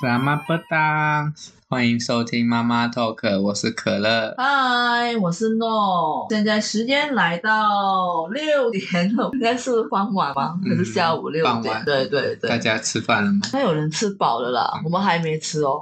妈妈不当，欢迎收听妈妈 talk，我是可乐。嗨，我是诺，现在时间来到六点了， 应该是傍晚吧，嗯可是下午六傍晚嗯点，对对大对。家吃饭了吗？那有人吃饱了啦，我们还没吃 哦。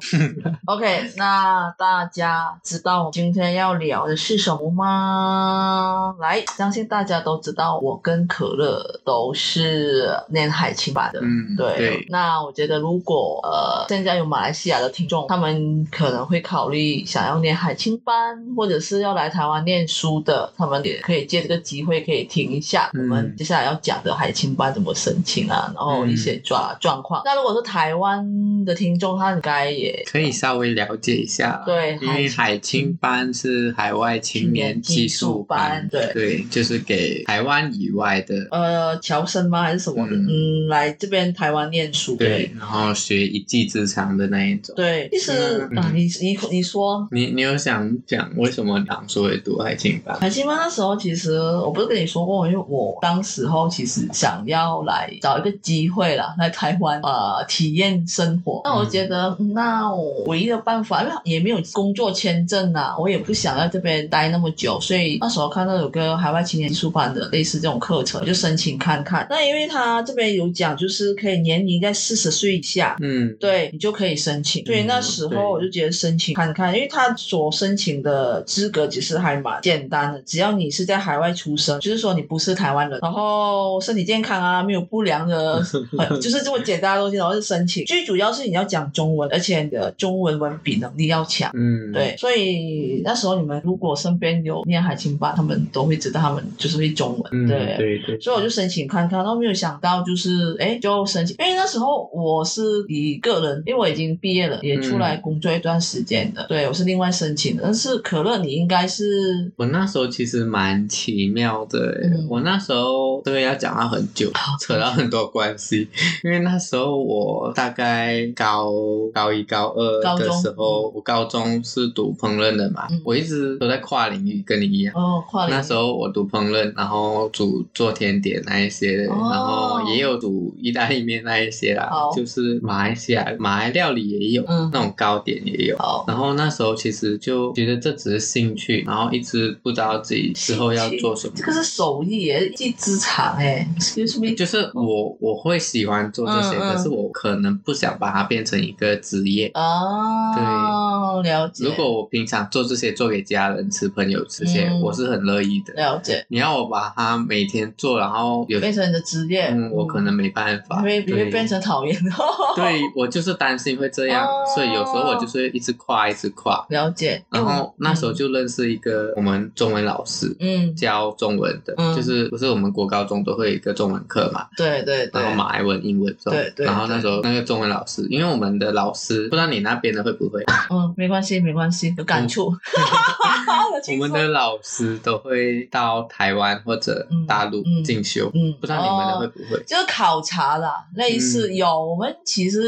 OK，那大家知道今天要聊的是什么吗？来，相信大家都知道，我跟可乐都是念海青版的。嗯，对，那我觉得如果呃现在有马来西亚的听众，他们可能会考虑想要念海青班，或者是要来台湾念书的，他们也可以借这个机会可以听一下我嗯们接下来要讲的海青班怎么申请啊，然后一些状状况。那如果是台湾的听众，他应该也可以稍微了解一下。对因为海青班是海外青年技术班，青年技术班对对，就是给台湾以外的，呃侨生吗还是什么的？嗯嗯，来这边台湾念书的。对，然后学一技之长的那一种。对，其实嗯啊，你你你说你你有想讲为什么当初会读海青班？海星班那时候，其实我不是跟你说过，因为我当时候其实想要来找一个机会啦，来台湾呃体验生活。那我觉得，嗯那我唯一的办法，因为也没有工作签证啊，我也不想在这边待那么久，所以那时候看到有个海外青年艺术班的类似这种课程，我就申请看看。那因为他这边有讲，就是可以年龄在四十岁以下，嗯，对你就可以申请。所以那时对候我就觉得申请看看，因为他所申请的资格其实还蛮简单的，只要你是在海外出生，就是说你不是台湾人，然后身体健康啊，没有不 良的，呃就是这么简单的东西，然后就申请。最主要是你要讲中文，而且你的中文文笔能力要强。嗯，对，所以那时候你们如果身边有念海青班，他们都会知道他们就是会中文，嗯，对，对对，所以我就申请看看，然后没有想到就是哎，就申请，因为那时候我是一个人，因为我已经毕业了，也出来工作一段时间嗯的，对我是另外申请的。但是可乐，你应该是我那时候其实蛮奇妙的欸、嗯我那时候这个要讲到很久， 扯到很多关系，因为那时候我大概高高一高二高的中时候，我高中是读烹饪的嘛，嗯我一直都在跨领域，跟你一样。哦跨领域那时候我读烹饪，然后煮做甜点那一些的，哦然后也有煮意大利面那一些啦，好就是马来西亚马来料理也有，嗯那种糕点也有。好，然后那时候其实就觉得这只是兴趣，然后一直不知道自己之后要做什么这。个是手艺耶，一技之长哎，excuse me，就是我我会喜欢做这些，嗯嗯可是我可能不想把它变成一个职业。哦，了解，如果我平常做这些做给家人吃、朋友吃，这些、嗯我是很乐意的。了解，你要我把它每天做，然后有变成你的职业，嗯，我可能没办法，你会你会对变成讨厌的，对我就是担心会这样，哦所以有时候我就是会一直跨一直跨。 了解，然后那时候就认识一个我们中文老师，嗯，教中文的，嗯就是不是我们国高中都会有一个中文课嘛，对对对然，后马来文、英文中，对对然后那时候那个中文老师，因为我们的老师，不知道你那边的会不 会，嗯，没关系没关系，嗯有 感触， 有我轻们松的老师都会到台湾或者大陆嗯嗯进修，嗯，不知道你们的会哦、不会？就是考察啦，类似、嗯有我们其实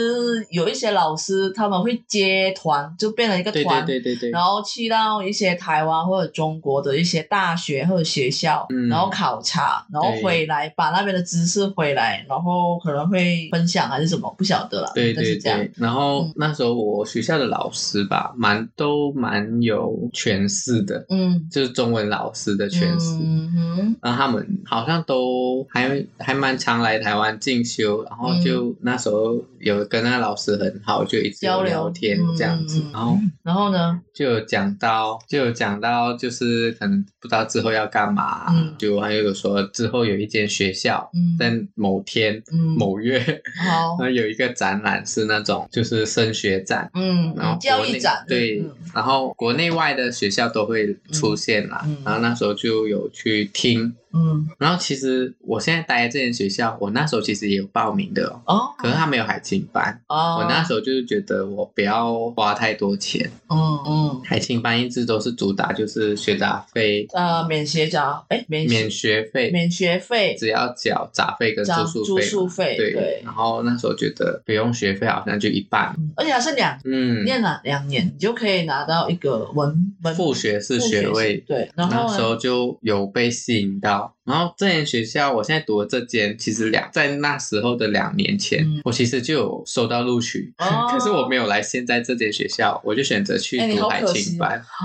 有一些老师他们会接团，就变成一个对团，对对对对，然后去到一些台湾或者中国的一些大学或者学校，嗯然后考察，然后对回来把那边的知识回来，然后可能会分享还是什么，不晓得啦，对应该对是这样。对，然后嗯那时候我学校的老师吧，蛮都蛮有诠释的，嗯，就是中文老师的诠释，嗯哼，然后他们好像都还还蛮常来台湾进修，然后就那时候有跟那老师很好，就一直有嗯交流聊天嗯这样子，嗯嗯然后然后呢？就有讲到，就有讲到，就是可能不知道之后要干嘛，嗯就还有说之后有一间学校嗯在某天嗯， 某月，好然，后有一个展览是那种就是升学展。嗯，然后嗯教国育内展对嗯，然后国内外的学校都会出现啦。嗯嗯然后那时候就有去听，嗯，然后其实我现在待在这间学校，我那时候其实也有报名的、哦，哦，可是他没有海青班。哦，我那时候就是觉得我不要花太多钱，嗯嗯，海青班一直都是主打就是学杂费、呃，免学杂，哎，免免学费，免学费，只要缴杂费跟交宿住费嘛。宿费，对，然后那时候觉得不用学费好像就一半，嗯而且还是两嗯，念了两年，你就可以拿到一个文文副学士副学士位。对，那然后时呢候就有被吸引到，校，然后这间学校我现在读的这间，其实两在那时候的两年前，嗯我其实就有收到录取，哦可是我没有来现在这间学校，我就选择去哎你读好海可青惜班。啊，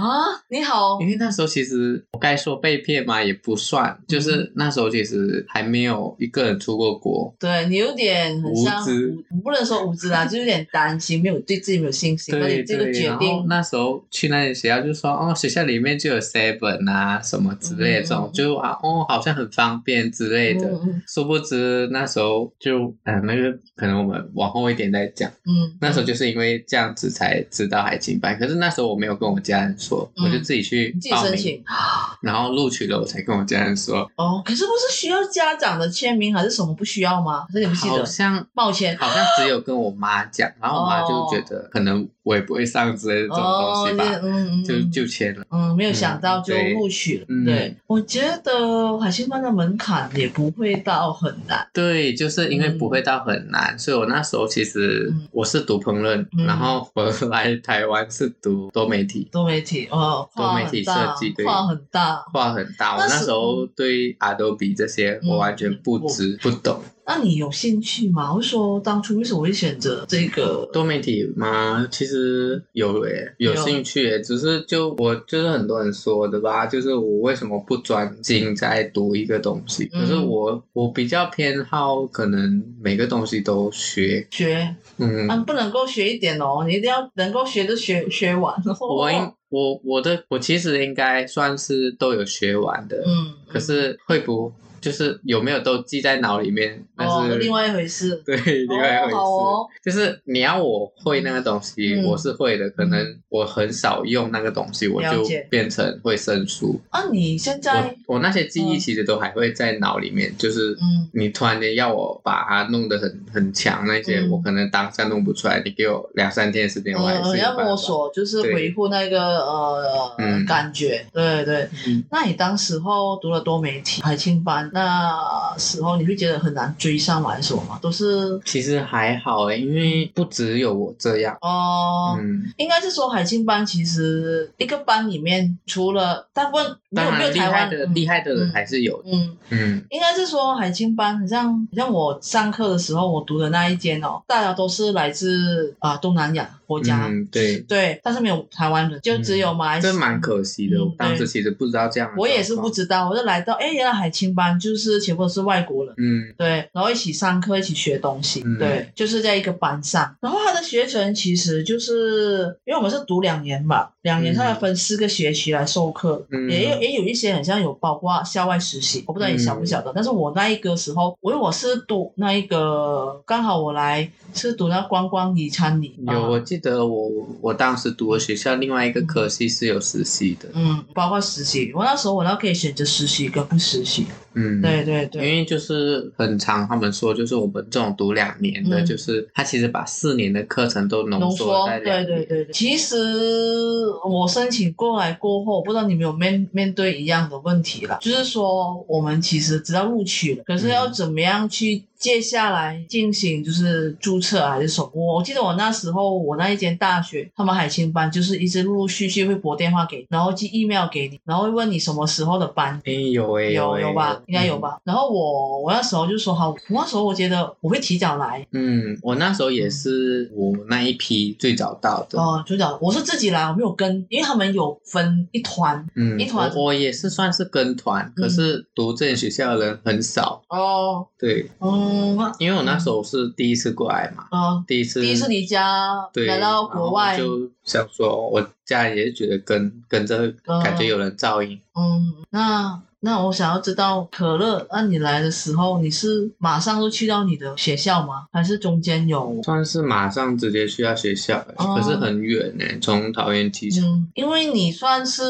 你好因为那时候其实我该说被骗嘛，也不算，嗯就是那时候其实还没有一个人出过国。对你有点很像无知无，不能说无知啦，就有点担心，没有对自己没有信心，而对且这个对，决然后定，那时候去那间学校就说，哦，学校里面就有 seven 啊什么之类的嗯这种，就啊哦好像很方便之类的。嗯嗯殊不知那时候就嗯、呃那个可能我们往后一点再讲。嗯，那时候就是因为这样子才知道海青班，可是那时候我没有跟我家人说，嗯我就自己去你自己报申名，请然后录取了，我才跟我家人说。哦，可是不是需要家长的签名还是什么不需要吗？这你不记好得？像抱歉，好像只有跟我妈讲，然后我妈就觉得可能我也不会上之类的这种东哦，就西吧，嗯嗯，就就签了。嗯，没有想到嗯就对录取了。嗯对，我觉得海星班的门槛也不会到很难。对，就是因为嗯不会到很难，所以我那时候其实嗯我是读烹饪，嗯然后我来台湾是读多媒体，多媒体哦，跨多媒体很大设计对跨很大。跨很大。我那那时时候对 Adobe 这些我嗯完全不知不懂。那你有兴趣吗？我是说当初为什么会选择这个？多媒体吗？其实有诶、有有兴趣、欸，只是就我就是很多人说的吧，就是我为什么不专精在读一个东西？嗯可是我我比较偏好，可能每个东西都学，学嗯。啊，不能够学一点哦，你一定要能够学就学学完。哦我应我我的我其实应该算是都有学完的，嗯，可是会不就是有没有都记在脑里面，那哦，是、另外一回事。对， 另外一回事。好哦就是你要我会那个东西，嗯我是会的，可能我很少用那个东西，我了就解变成会生疏。啊，你现在我我那些记忆嗯其实都还会在脑里面，就是嗯你突然间要我把它弄得很很强，那些、嗯我可能当下弄不出来，你给我两三天的时间，我还是、呃要摸。索，就是对维护那个呃嗯感觉。对对，嗯那你当时候读了多媒体海青班，那时候你会觉得很难追上来什么吗？都是其实还好诶、因为不只有我这样。哦。嗯，应该是说海青班其实一个班里面，除了大部分没有当没有然厉台害湾的、嗯厉害的人还是有的。嗯，嗯应该是说海青班，很像很像我上课的时候，我读的那一间哦，大家都是来自啊、东南亚国家，嗯，对，对，但是没有台湾人，就只有马来西亚。这蛮可惜的。嗯我当时其实不知道这样的状况，我也是不知道，我就来到，哎，原来海青班就是全部都是外国人，嗯对，然后一起上课，一起学东西，嗯对，就是在一个班上。然后他的学程其实就是，因为我们是读两年嘛，两年嗯它要分四个学期来授课，嗯也有也有一些很像有包括校外实习，我不知道你嗯晓不晓得，但是我那一个时候，我因为我是读那一个，刚好我来是读那观光与餐饮，有。我啊记得我我当时读的学校另外一个科系是有实习的，嗯，包括实习，我那时候我那可以选择实习跟不实习，嗯，。对对因对，为就是很常他们说，就是我们这种读两年的，嗯就是他其实把四年的课程都浓浓缩缩在，两对年。对对对。其实我申请过来过后，我不知道你们有面面对一样的问题啦，就是说我们其实知道录取了，可是要嗯怎么样去接下来进行就是注册啊还是什么？我记得我那时候我那一间大学，他们海青班就是一直陆陆续续会拨电话给你，然后寄 email 给你，然后会问你什么时候的班，哎，有哎，嗯有哎有吧，应该有。吧。然后我我那时候就说好，我那时候我觉得我会提早来，嗯，嗯我那时候也是我那一批最早到的。嗯哦，组长，我是自己来，我没有跟，因为他们有分一团嗯，一团嗯我我也是算是跟团，可是读这间学校的人很少。哦，对，嗯，啊、因为我那时候是第一次过来嘛，呃，第一次第一次离家对，来到国外，然后就想说，我家里也觉得跟跟着感觉有人噪音，嗯，那那我想要知道，可乐，那你来的时候，你是马上就去到你的学校吗？还是中间有？算是马上直接去到学校了，哦可是很远呢、从桃园机场。嗯，因为你算是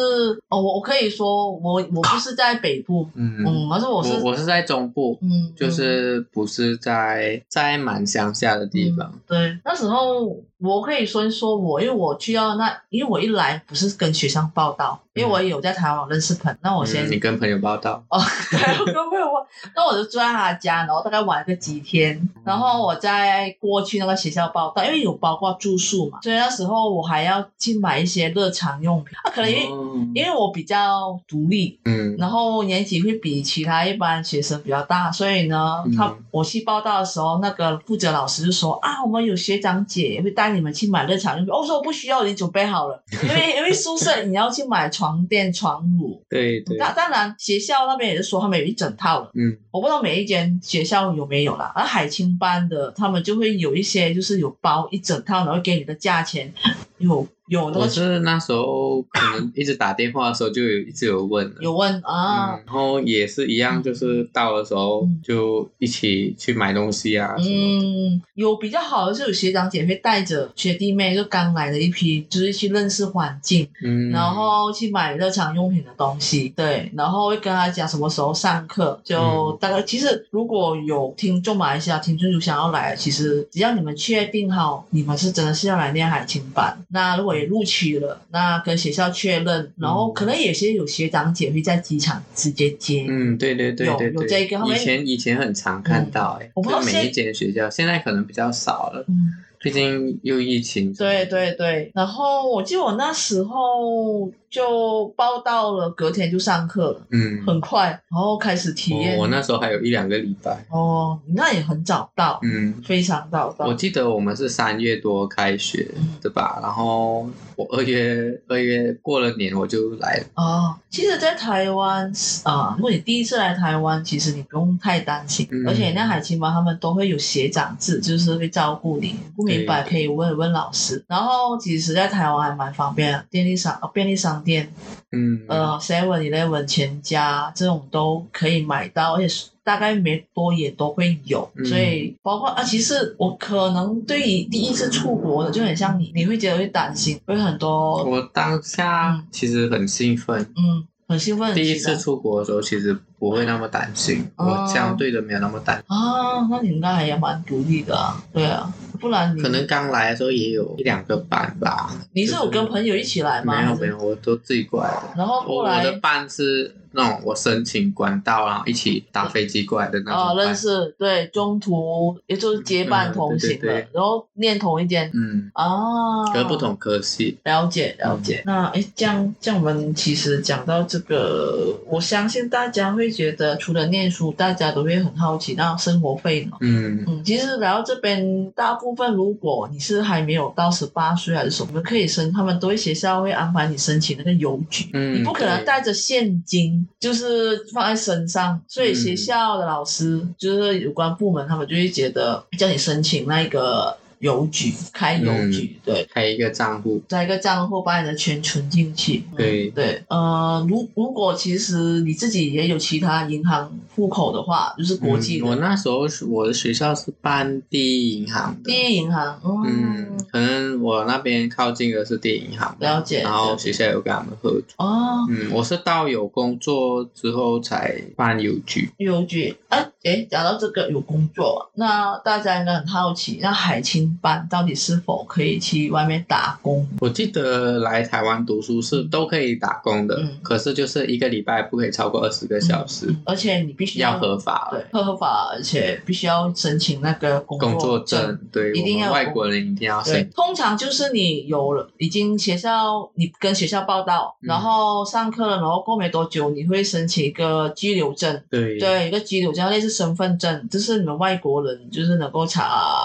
哦，我我可以说我我不是在北部，嗯，嗯，而是我我是我是在中部，嗯，嗯就是不是在在蛮乡下的地方。对，那时候我可以先说我，因为我去到那，因为我一来不是跟学校报道，因为我也有在台湾我认识朋友，那我先、嗯你 跟朋友报道，哦，对，我跟朋友玩，那我就住在他家，然后大概玩个几天，嗯然后我再过去那个学校报道，因为有包括住宿嘛，所以那时候我还要去买一些日常用品。啊，可能因为、嗯因为我比较独立，嗯然后年纪会比其他一般学生比较大，所以呢，他、嗯我去报道的时候，那个负责老师就说啊，我们有学长姐会带你们去买日常用品。哦我说我不需要，我已经准备好了，因为因为宿舍你要去买床垫、床褥。对 对，那当然，学校那边也是说他们有一整套了，嗯我不知道每一间学校有没有啦。而海青班的他们就会有一些就是有包一整套，然后给你的价钱有有那我个是那时候可能一直打电话的时候就有一直有问了，有问啊，嗯，然后也是一样，就是到的时候嗯就一起去买东西啊什么的，嗯，有比较好的是有学长姐会带着学弟妹，就刚来的一批，就是去认识环境，嗯，然后去买日常用品的东西，对，然后会跟他讲什么时候上课，就嗯大概、其实如果有听众马来西亚听众有想要来，其实只要你们确定好你们是真的是要来练海青班，那如果也录取了，那跟学校确认，然后可能有些有学长姐会在机场直接接，嗯，对对对有对有对，这一个他们以前以前很常看到、欸，哎、我不知道就现每一间学校，现在可能比较少了，嗯毕竟又疫情，对，对对，然后我记得我那时候就报到了，隔天就上课了，嗯，哦很快，然后开始体验。我我那时候还有一两个礼拜，哦，你那也很早到，嗯，非常早到我。记得我们是三月多开学嗯，对吧？然后我二月二月过了年我就来了，哦，其实，在台湾啊、如果你第一次来台湾，其实你不用太担心，嗯而且那海青班他们都会有学长制，就是会照顾你，不明白对可以问问老师。然后，其实，在台湾还蛮方便的，便利商、呃便利商店嗯，呃，Seven Eleven、全家这种都可以买到，而且大概每多也都会有，嗯所以包括啊，其实我可能对于第一次出国的，就很像你，你会觉得会担心，会很多我当下嗯其实很兴奋，嗯，很兴奋，很啊第一期待次出国的时候其实不会那么担心，哦我相对的没有那么担心。啊，那你应该还也蛮独立的啊、对啊，不然你可能刚来的时候也有一两个班吧，你是有跟朋友一起来吗？没有还是没有，我都自己过来的。然后我后我来的班是那种我申请管道，然后一起搭飞机过来的那种哦，班认识对，中途也就是结伴嗯同对对行了，对然后念同一间嗯，啊，可是不同科系，了解嗯了解。那诶，这样这样，我们其实讲到这个，我相信大家会觉得，除了念书，大家都会很好奇，那生活费呢？嗯，嗯，其实来到这边，大部分如果你是还没有到十八岁还是什么，可以申，他们都会学校会安排你申请那个邮局。嗯你不可能对带着现金，就是放在身上，所以学嗯校的老师、就是有关部门，他们就会觉得叫你申请那个邮局，开邮嗯局，对，开一个账户，在一个账户把你的钱存进去。嗯对对，呃，如如果其实你自己也有其他银行户口的话，就是国际嗯我的、那时候是我的学校是办第一银行的第，一银行，嗯嗯，，可能我那边靠近的是第一银行，了解然了后解学校有跟他们合作。哦，嗯，我是到有工作之后才办邮局。邮局，哎哎，讲到这个有工作，那大家应该很好奇，那海青班到底是否可以去外面打工？我记得来台湾读书是都可以打工的，嗯可是就是一个礼拜不可以超过二十个小时，嗯而且你必须要合法对合法，而且必须要申请那个工工作证证，对，一定要有我们外国人一定要对申，啊通常就是你有了已经学校，你跟学校报到，嗯然后上课了，然后过没多久你会申请一个居留证，对对，一个居留证类似身份证，这是你们外国人就是能够查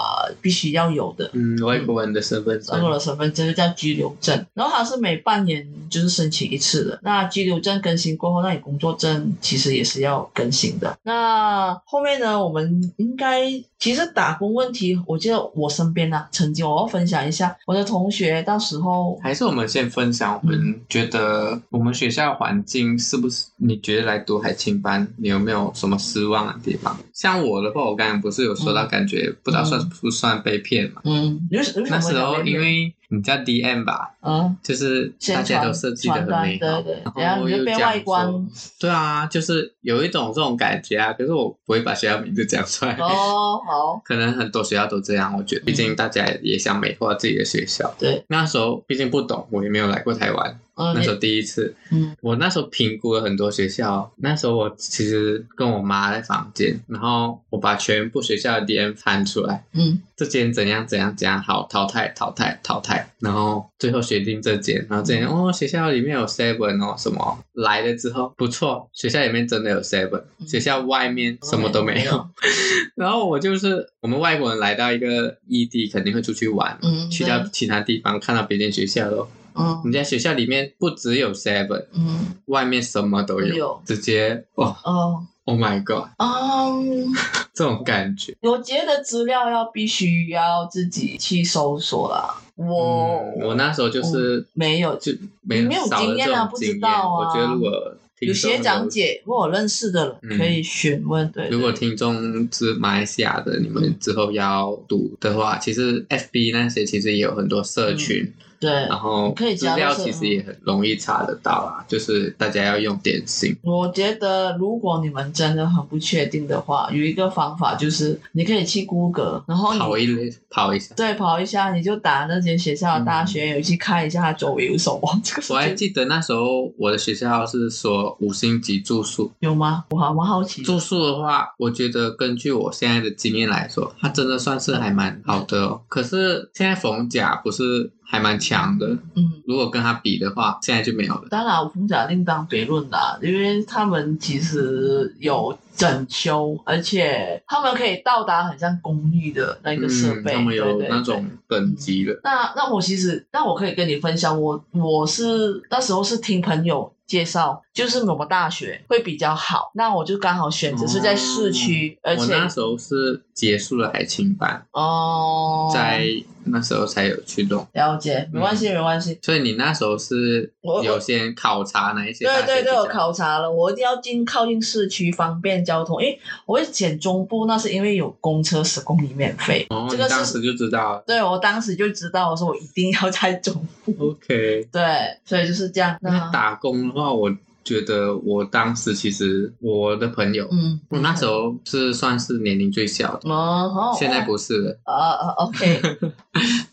必须要有的。嗯，外国人的身份证外，国人身份证就叫居留证，然后它是每半年就是申请一次的。那居留证更新过后，那你工作证其实也是要更新的。那后面呢，我们应该其实打工问题，我记得我身边啊，曾经我要分享一下我的同学，到时候还是我们先分享我们觉得我们学校环境是不是？你觉得来读海青班，你有没有什么失望的地方？像我的话，嗯我刚才不是有说到，感觉不知道算不算被骗嘛？嗯，你为什你为什那么会时讲候这个因为你叫 DM 吧，嗯，就是大宣家都传设计的传很单，美对好，对，然然后后你就又被讲外观说对啊，就是有一种这种感觉啊。可是我不会把学校名字讲出来，哦，好，可能很多学校都这样。我觉得，毕竟大家也想美化自己的学校。对，那时候毕竟不懂，我也没有来过台湾，嗯，那时候你第一次。嗯我那时候评估了很多学校，那时候我其实跟我妈在房间，然后我把全部学校的 DM 翻出来，嗯，这间怎样怎样怎样好，淘汰淘汰淘汰，然后最后决定这间，然后这间嗯哦学校里面有 seven 哦什么来了之后不错，学校里面真的有 seven，、嗯哦学校外面什么都没有。有， 然后我就是我们外国人来到一个异地，肯定会出去玩。嗯，去对到其他地方，看到别间学校咯。我嗯们在学校里面不只有 Seven，嗯外面什么都有，都有直接哦哦。 ，Oh my God，嗯，这种感觉，我觉得资料要必须要自己去搜索啦。我、嗯我那时候就是、哦没有，就没没有少经了这验啊种不经知验。道啊我觉得如果听有些众长姐或我认识的人嗯可以询问，对，如果对听众是马来西亚的，你们之后要读的话，其实 FB 那些其实也有很多社群，对然，后嗯可以资加入料社其实也很容易查得到啊，就是大家要用点心。我觉得如果你们真的很不确定的话，有一个方法就是你可以去 Google，然后跑哦你一类跑一下。对跑一下，你就打那间学校的大学，有去看一下它周围有什么。这个嗯是我还最记得那时候我的学校是说五星级住宿，有吗？我好蛮好奇的。住宿的话，我觉得根据我现在的经验来说，它真的算是还蛮好的、哦。可是现在逢甲不是还蛮强的，嗯，如果跟它比的话，现在就没有了。当然，我们甲另当别论啦，因为他们其实有整修，而且他们可以到达很像公寓的那个设嗯，备，他们对有对那对种等级的，那那我其实，那我可以跟你分享，我我是那时候是听朋友介绍，就是某个大学会比较好，那我就刚好选择是在市区，而哦我且那时候是结束了海青班，哦，在嗯那时候才有去弄。了解，没关系，没关系。所以你那时候是我有先考察哪一些大对学对对，我比较考察了，我一定要进靠近市区，方便交通。因为我会选中部，那是因为有公车十公里免费。哦，这你个当是时就知道了。对我当时就知道，我说我一定要在中部。 OK，对，啊所以就是这样。那打工的话，我觉得我当时其实我的朋友，嗯，我那时候是算是年龄最小的，哦，现在不是了。啊啊，OK，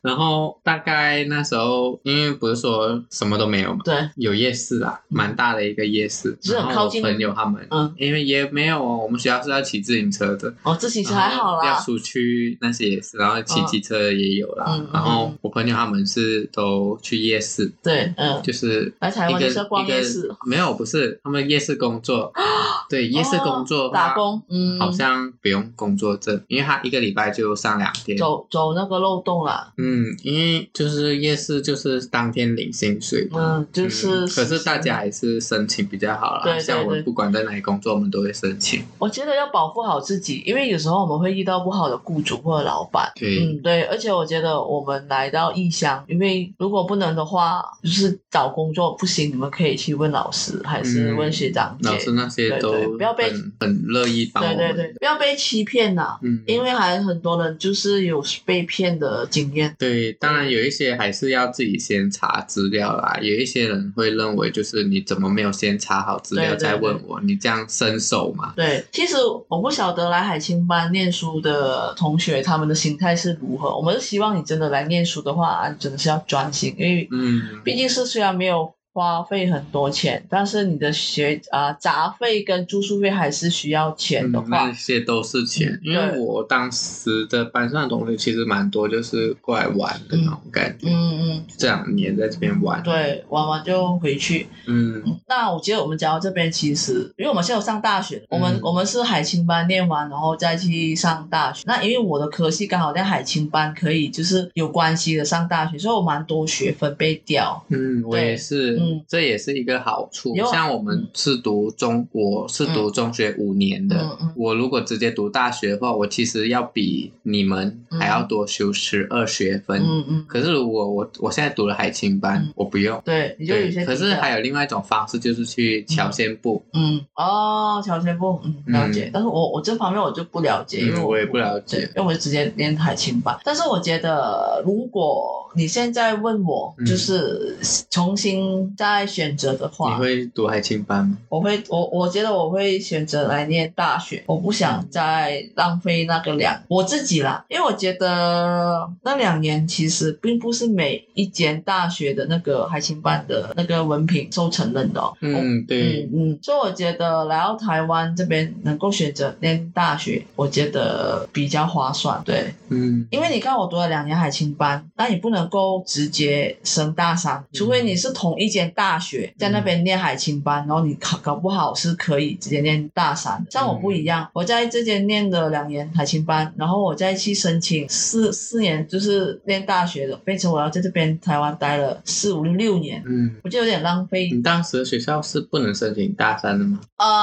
然后大概那时候，因为不是说什么都没有嘛，对，嗯有夜市啊，蛮大的一个夜市。是很然后靠我近朋友他们，嗯，因为也没有哦，我们学校是要骑自行车的，哦，这其实还 好啊然后要啦，出去那些也是，然后骑机车也有啦。嗯嗯然后我朋友他们是都去夜市，对，嗯，就是来台一湾个就是要逛夜市一个没有，不是他们夜市工 作，对夜市工作的哦话打，工，嗯，好像不用工作证，因为他一个礼拜就上两天。走走那个漏洞啦，嗯，因为就是夜市就是当天领薪水。嗯，就是、嗯可是大家，还是申请比较好啦。对对像我对们不管在哪里工作，我们都会申请。我觉得要保护好自己，因为有时候我们会遇到不好的雇主或者老板。对，嗯，对，而且我觉得我们来到异乡，因为如果不能的话，就是找工作不行，你们可以去问老师，还是问学长姐，嗯老师那些对都对不要被很很乐意帮我对们。对对，不要被欺骗啦，嗯，因为还很多人就是有被骗的经验。对，当然有一些还是要自己先查资料啦。有一些人会认为，就是你怎么没有先查好资料对对再问我，你这样伸手嘛？对，其实我不晓得来海青班念书的同学他们的心态是如何。我们是希望你真的来念书的话，啊真的是要专心，因为嗯，毕竟是虽然没有花费很多钱，但是你的学啊、杂费跟住宿费还是需要钱的嗯话，那些都是钱嗯。因为对我当时的班上的同学其实蛮多，就是过来玩的那种感觉。嗯嗯，这两年在这边玩，对，玩完就回去。嗯，嗯那我觉得我们讲到这边，其实因为我们现在有上大学，我们、嗯我们是海青班念完，然后再去上大学。那因为我的科系刚好在海青班，可以就是有关系的上大学，所以我蛮多学分被调。嗯，我也对是，嗯嗯，这也是一个好处有。啊嗯像我们是读中，我是读中学五年的，嗯嗯我如果直接读大学的话，我其实要比你们还要多修十二学分。嗯嗯，可是如果我我现在读了海青班，嗯我不用。对，你就有对些，啊可是低调还有另外一种方式，就是去乔线部。嗯哦，乔学部嗯了解，但是我我这方面我就不了解，因为嗯我也不了对解。因为我就直接练海清吧。但是我觉得，如果你现在问我，嗯就是重新再选择的你话，会读海青班吗？我会我我觉得我会选择来念大学，我不想再浪费那个两我自己啦，因为我觉得那两年其实并不是每一间大学的那个海清班的那个文凭都承认的、哦，我嗯，对，嗯嗯，所以我觉得来到台湾这边能够选择念大学，我觉得比较划算。对，嗯，因为你看我读了两年海青班，那你不能够直接升大三，嗯除非你是同一间大学在那边念海青班，然后你考搞不好是可以直接念大三。嗯像我不一样，我在这间念了两年海青班，然后我再去申请四四年就是念大学的，变成我要在这边台湾待了四五六六年，嗯，我就有点浪费你当时的学校是不能申请大三的吗？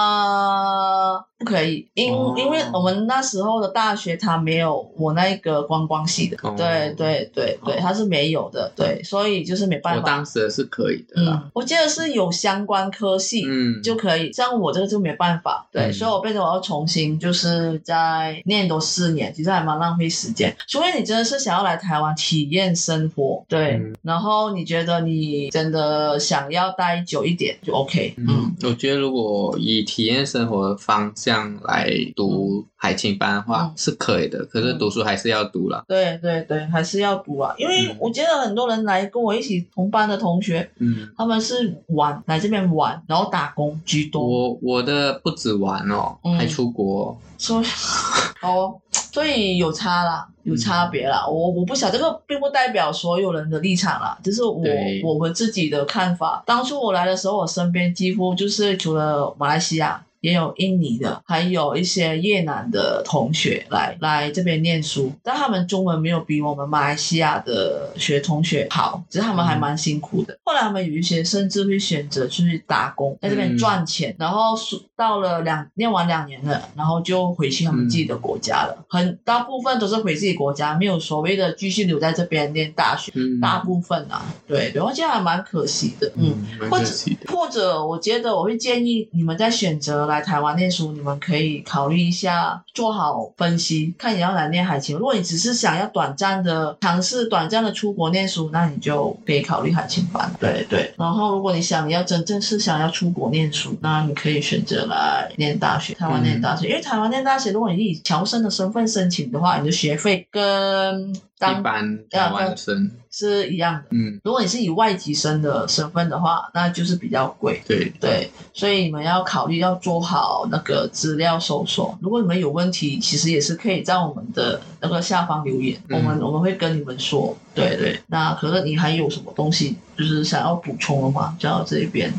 呃，不可以，因、哦因为我们那时候的大学它没有我那个观光系的，哦对对对对，它是没有的，对，所以就是没办我法。当时的是可以的啦。嗯，我记得是有相关科系。嗯，就可以，像我这个就没办法，对，嗯所以我变成我要重新就是在念多四年，其实还蛮浪费时间。除非你真的是想要来台湾体验生活，对，嗯然后你觉得你真的想要待久一点就 OK，嗯嗯，我觉得如果以体验生活的方向来读海青班的话、嗯是可以的，可是读书还是要读啦。对对对，还是要读啊，因为嗯我觉得很多人来跟我一起同班的同学，嗯，他们是玩来这边玩，然后打工居多，我我的不止玩哦，嗯还出国哦、所以 哦，所以有差啦，嗯有差别啦。我我不晓这个并不代表所有人的立场啦，这是我对我们自己的看法。当初我来的时候，我身边几乎就是除了马来西亚。也有印尼的，还有一些越南的同学来来这边念书，但他们中文没有比我们马来西亚的学同学好，只是他嗯们还蛮辛苦的。后来他们有一些甚至会选择去打工，在这边嗯赚赚钱，然后是到了两念完两年了，然后就回去他们自己的国家了。很大部分都是回自己国家，没有所谓的继续留在这边念大学，嗯，大部分啊，对，对，我觉得还蛮可惜的，嗯。嗯，蛮或可者惜的。或者，我觉得我会建议你们在选择来台湾念书，你们可以考虑一下，做好分析，看你要来念海青。如果你只是想要短暂的尝试、短暂的出国念书，那你就可以考虑海青班。对对。然后，如果你想要真正是想要出国念书，那你可以选择来念大学，台湾念大学，因为台湾念大学，如果你以侨生的身份申请的话，你的学费跟一当般台湾生，是一样的。嗯，如果你是以外籍生的身份的话，那就是比较贵。对，对，所以你们要考虑要做好那个资料搜索。如果你们有问题，其实也是可以在我们的那个下方留言，嗯我们我们会跟你们说。对对，那可乐，你还有什么东西就是想要补充的吗？就到这一边。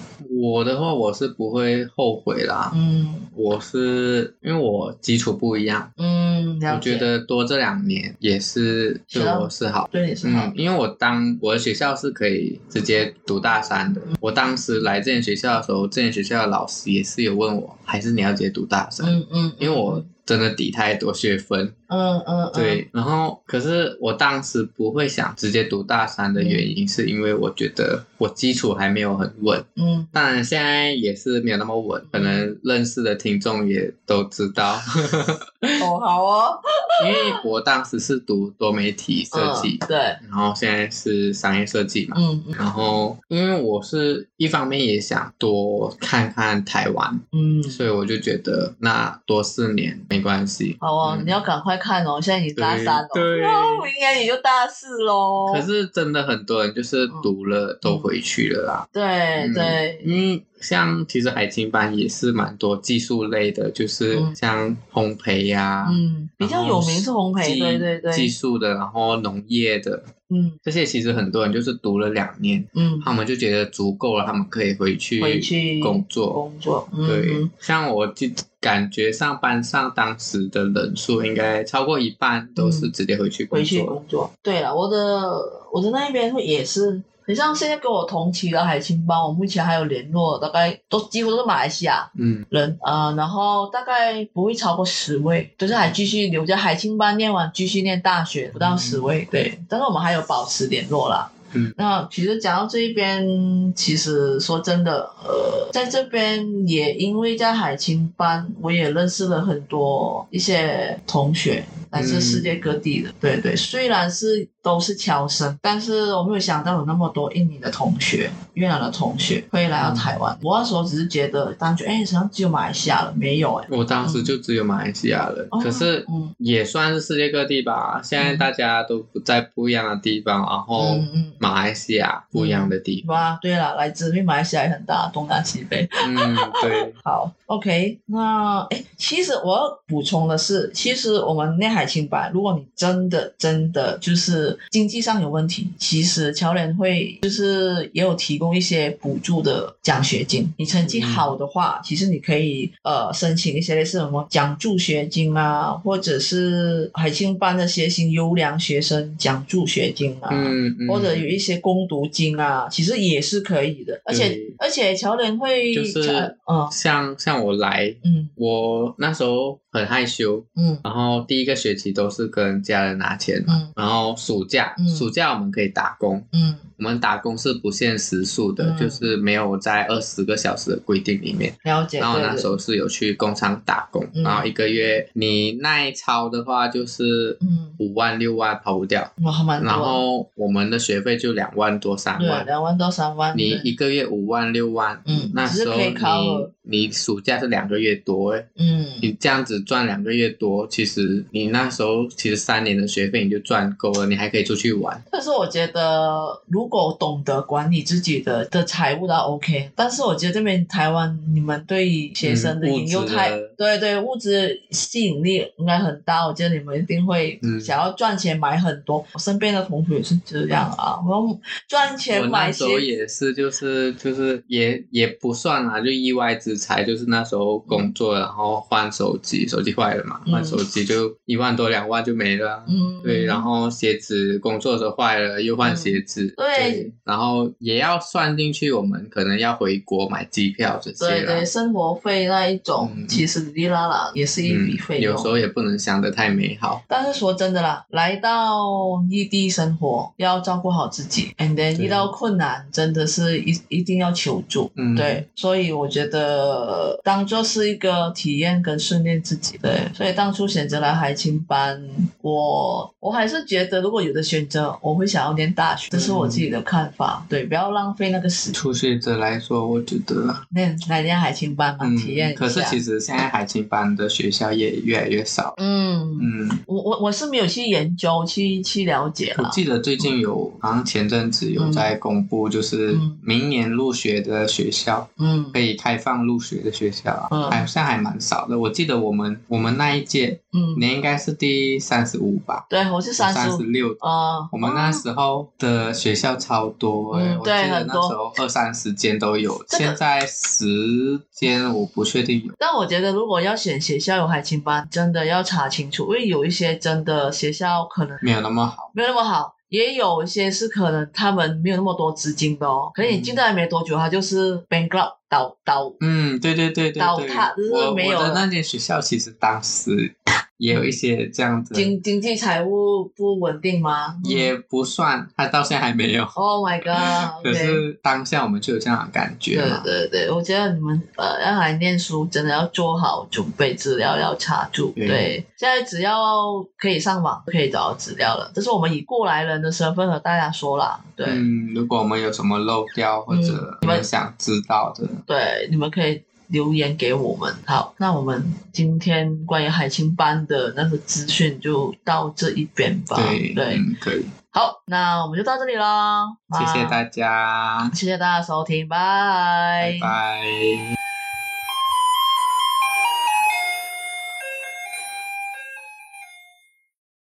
我的话我是不会后悔啦。嗯我是因为我基础不一样，嗯，了我解。觉得多这两年也是对是啊我是好。对你是好嗯，。因为我当我的学校是可以直接读大三的。嗯我当时来这间学校的时候，这间学校的老师也是有问我，还是你要直接读大三？嗯嗯，因为我真的抵太多学分。嗯嗯嗯对，然后可是我当时不会想直接读大三嗯的原因，是因为我觉得我基础还没有很稳。嗯当然，现在也是没有那么稳，可能认识的听众也都知 道。哦好哦因为我当时是读多媒体设计，嗯对然后现在是商业设计嘛。嗯嗯然后，因为我是一方面也想多看看台湾，嗯所以我就觉得那多四年没关系。好哦，嗯你要赶快看哦，现在已经大三了，对对哦明年也就大四喽。可是真的很多人就是读了都回去了啦，对嗯对，因为像其实海青班也是蛮多技术类的，就是嗯像烘焙呀、嗯，比较有名是烘焙，啊技对对技对，术的，然后农业的嗯这些，其实很多人就是读了两年，嗯，他们就觉得足够了，他们可以回去回去工作。工作，嗯对，像我记感觉上班上当时的人数应该超过一半都是直接回去工嗯回去作。工作。对了，我的我的那一边会也是很像现在跟我同期的海青帮，我目前还有联络，大概都几乎都是马来西亚嗯人啊、呃然后大概不会超过十位，就是还继续留在海青班念完，继续念大学，不到十位，对，但是我们还有保持联络啦。嗯，那其实讲到这一边，其实说真的，呃，在这边也因为在海青班，我也认识了很多一些同学，来自世界各地的。对对，虽然是都是侨生，但是我没有想到有那么多印尼的同学、越南的同学会来到台嗯湾。我那时候只是觉得，当觉哎，好像只有马来西亚了，没有哎、我当时就只有马来西亚人，哦可是嗯也算是世界各地吧。现在大家都不在不一样的地方，然后嗯嗯。马来西亚不一样的地方。哇，对了，来自于马来西亚也很大，东南西北。嗯， 对，好，OK，那哎，诶其实我要补充的是，其实我们内海清白，如果你真的真的就是经济上有问题，其实侨联会就是也有提供一些补助的奖学金。你成嗯绩好的话，其实你可以呃申请一些类似什么奖助学金啊，或者是海清班的协行优良学生奖助学金啊，嗯，嗯或者有一些攻读金啊，其实也是可以的。而且对而且侨联会就是侨嗯。像像我来，嗯我那时候很害羞，嗯然后第一个学期都是跟家人拿钱，嗯然后暑假嗯暑假我们可以打工，嗯我们打工是不限时数的，嗯就是没有在二十个小时的规定里面。了解。然后我对那对时候是有去工厂打工，嗯然后一个月你耐操的话就是嗯，五万六万跑不掉，哇，还蛮多的。啊然后我们的学费就两万多三对，万，两万到三万。你对一个月五万六万，嗯那只是时候可以 cover 你你暑假是两个月多欸诶，嗯你这样子赚两个月多，其实你那时候其实三年的学费你就赚够了，你还可以出去玩。但是我觉得，如果懂得管理自己的的财务的话 OK，但是我觉得这边台湾你们对学生的嗯物引诱质太，的对对物质吸引力应该很大，我觉得你们一定会嗯想要赚钱买很多。我身边的同学也是这样啊，我要赚钱我买那时鞋候也是，就是就是也也不算啦，就意外之财，就是那时候工作，然后换手机，手机坏了嘛，嗯换手机就一万多两万就没了啊。嗯，对，然后鞋子工作的时候坏了，又换鞋子。嗯对然后也要算进去，我们可能要回国买机票这些对啦对，。生活费那一种，嗯其实哩啦啦也是一笔嗯，费用。有时候也不能想得太美好。但是说真的啦，来到异地生活，要照顾好自己，and then 嗯对遇到困难，真的是一一定要求助。嗯，对，所以我觉得当做是一个体验跟训练自己。对，所以当初选择来海青班，我我还是觉得如果有的选择，我会想要念大学，这是我自己的看嗯法。对，不要浪费那个时间，初学者来说，我觉得啦念来念海青班嘛，嗯，体验一下。可是其实现在海青班的学校也越来越少。嗯，嗯，我我我是没有去研究去去了解我了。记得最近有，好像前阵子有在公布，就是嗯明年入学的学校嗯可以开放入学的学校啊，嗯好像还蛮少的。我记得我们我们那一届，嗯，你应该是第三十五吧，对，我是三三十十五六。啊。我们那时候的学校超多、欸，我嗯记对得很那多时候二三十间都有，这个现在十间我不确定有。但我觉得，如果要选学校有海青班，真的要查清楚，因为有一些真的学校可能没有那么好，没有那么好，也有一些是可能他们没有那么多资金的哦。可是你进来没多久，他就是 bankrupt 倒倒，嗯，对对对对倒对塌就是，我嗯没有我了的那间学校其实当 时也有一些这样子的经经济财务不稳定吗？嗯也不算，他到现在还没 有。 Oh my god！可 OK 是当下我们就有这样的感觉对嘛，对对，我觉得你们呃要来念书，真的要做好准备，资料要查住。对对，现在只要可以上网，可以找到资料了。这是我们以过来人的身份和大家说啦。对、嗯嗯，如果我们有什么漏掉或者你们想知道的，对，你们可以留言给我们。好，那我们今天关于海青班的那个资讯就到这一边吧。对嗯，可以，好，那我们就到这里啦。谢谢家，大家，谢谢大家收听，拜拜。